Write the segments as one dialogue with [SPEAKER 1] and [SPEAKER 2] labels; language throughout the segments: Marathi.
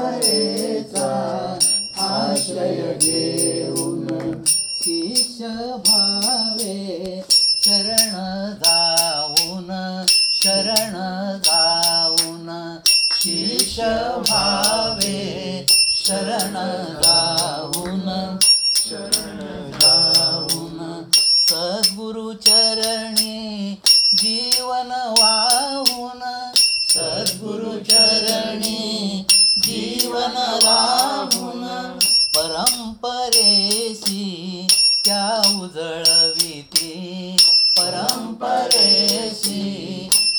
[SPEAKER 1] परंपरेचा आश्रय घेऊन शिष्य भावे शरण जाऊन शरण जाऊन शिष्य भावे शरण जाऊन जाऊन सद्गुरु चरणी जीवन वाहून सद्गुरु चरणी जीवन राहून परंपरेशी त्या उजळविती परंपरेशी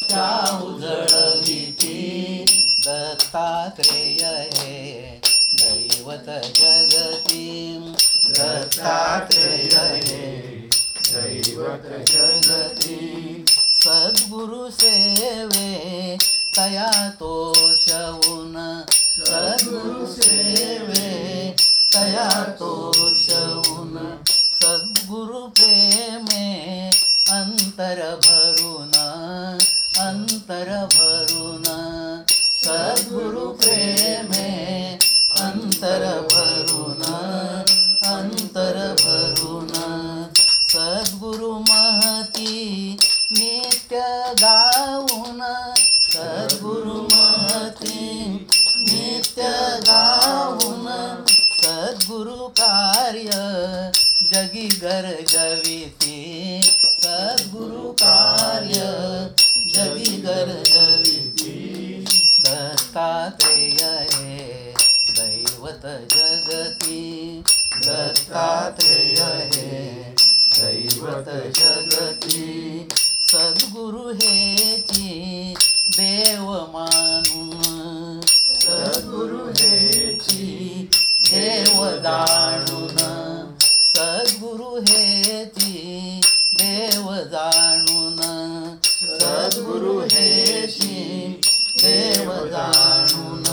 [SPEAKER 1] त्या उजळविती दत्तात्रेय हे दैवत जगतीं दत्तात्रेय हे
[SPEAKER 2] दैवत जगती
[SPEAKER 1] सद्गुरु सेवे तया तोषवून सद्गुरु सेवे तया तोषवून सद्गुरु प्रेमे अंतर भरून अंतर भरून सद्गुरु प्रेमे अंतर भरून अंतर भरून सद्गुरु महती नित्य गाऊन सद्गुरु महती नित्य गाऊन सद्गुरु कार्य जगी गरजविती सद्गुरु कार्य जगी गरजविती दत्तात्रेय हे दैवत जगती दत्तात्रेय हे दैवत जगती सद्गुरु हेची देव मानून सद्गुरु हेची देव जाणून सद्गुरु हेची देव जाणून सद्गुरु हेची देव जाणून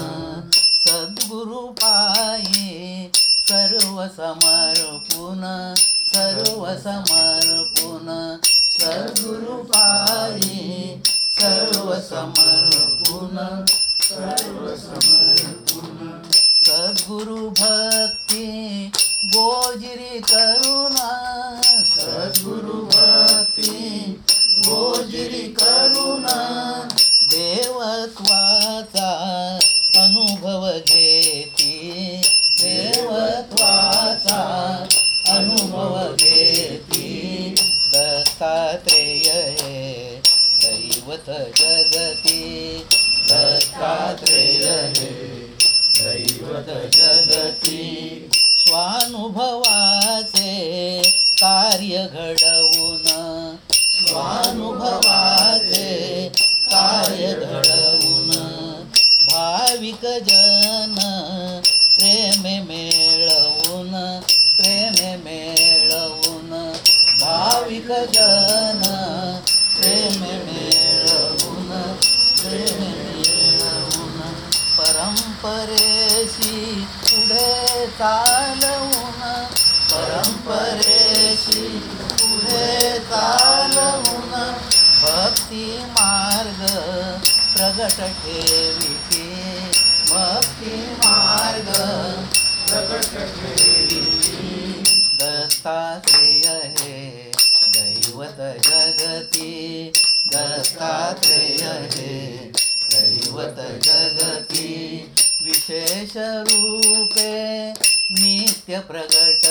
[SPEAKER 1] सद्गुरु पायी सर्व समर्पून सर्व समर्पून सद्गुरु पायी सर्व समर्पून सर्व समर्पून सद्गुरु भक्ती गोजिरी करुणा सद्गुरु भक्ती भोजिरी करुणा देवत्वाचा अनुभव घेती देवत्वाचा अनुभव घेती दत्तात्रेय हे दैवत जगती दत्तात्रेय हे दैवत जगती स्वानुभवाचे कार्य घडवून स्वानुभवाचे कार्य घडवून भाविक जन प्रेमे मेळवून प्रेमे मेळवून भाविक जन प्रेमे मेळवून प्रेमे मिळवून परंपरेशी पुढे चालवून परंपरेशी पुढे चालवून भक्ती मार्ग प्रगट ठेविते भक्ती मार्ग प्रगट ठेविते दत्तात्रेय हे दैवत जगती दत्तात्रेय हे दैवत जगती विशेष रूपे नित्य प्रगट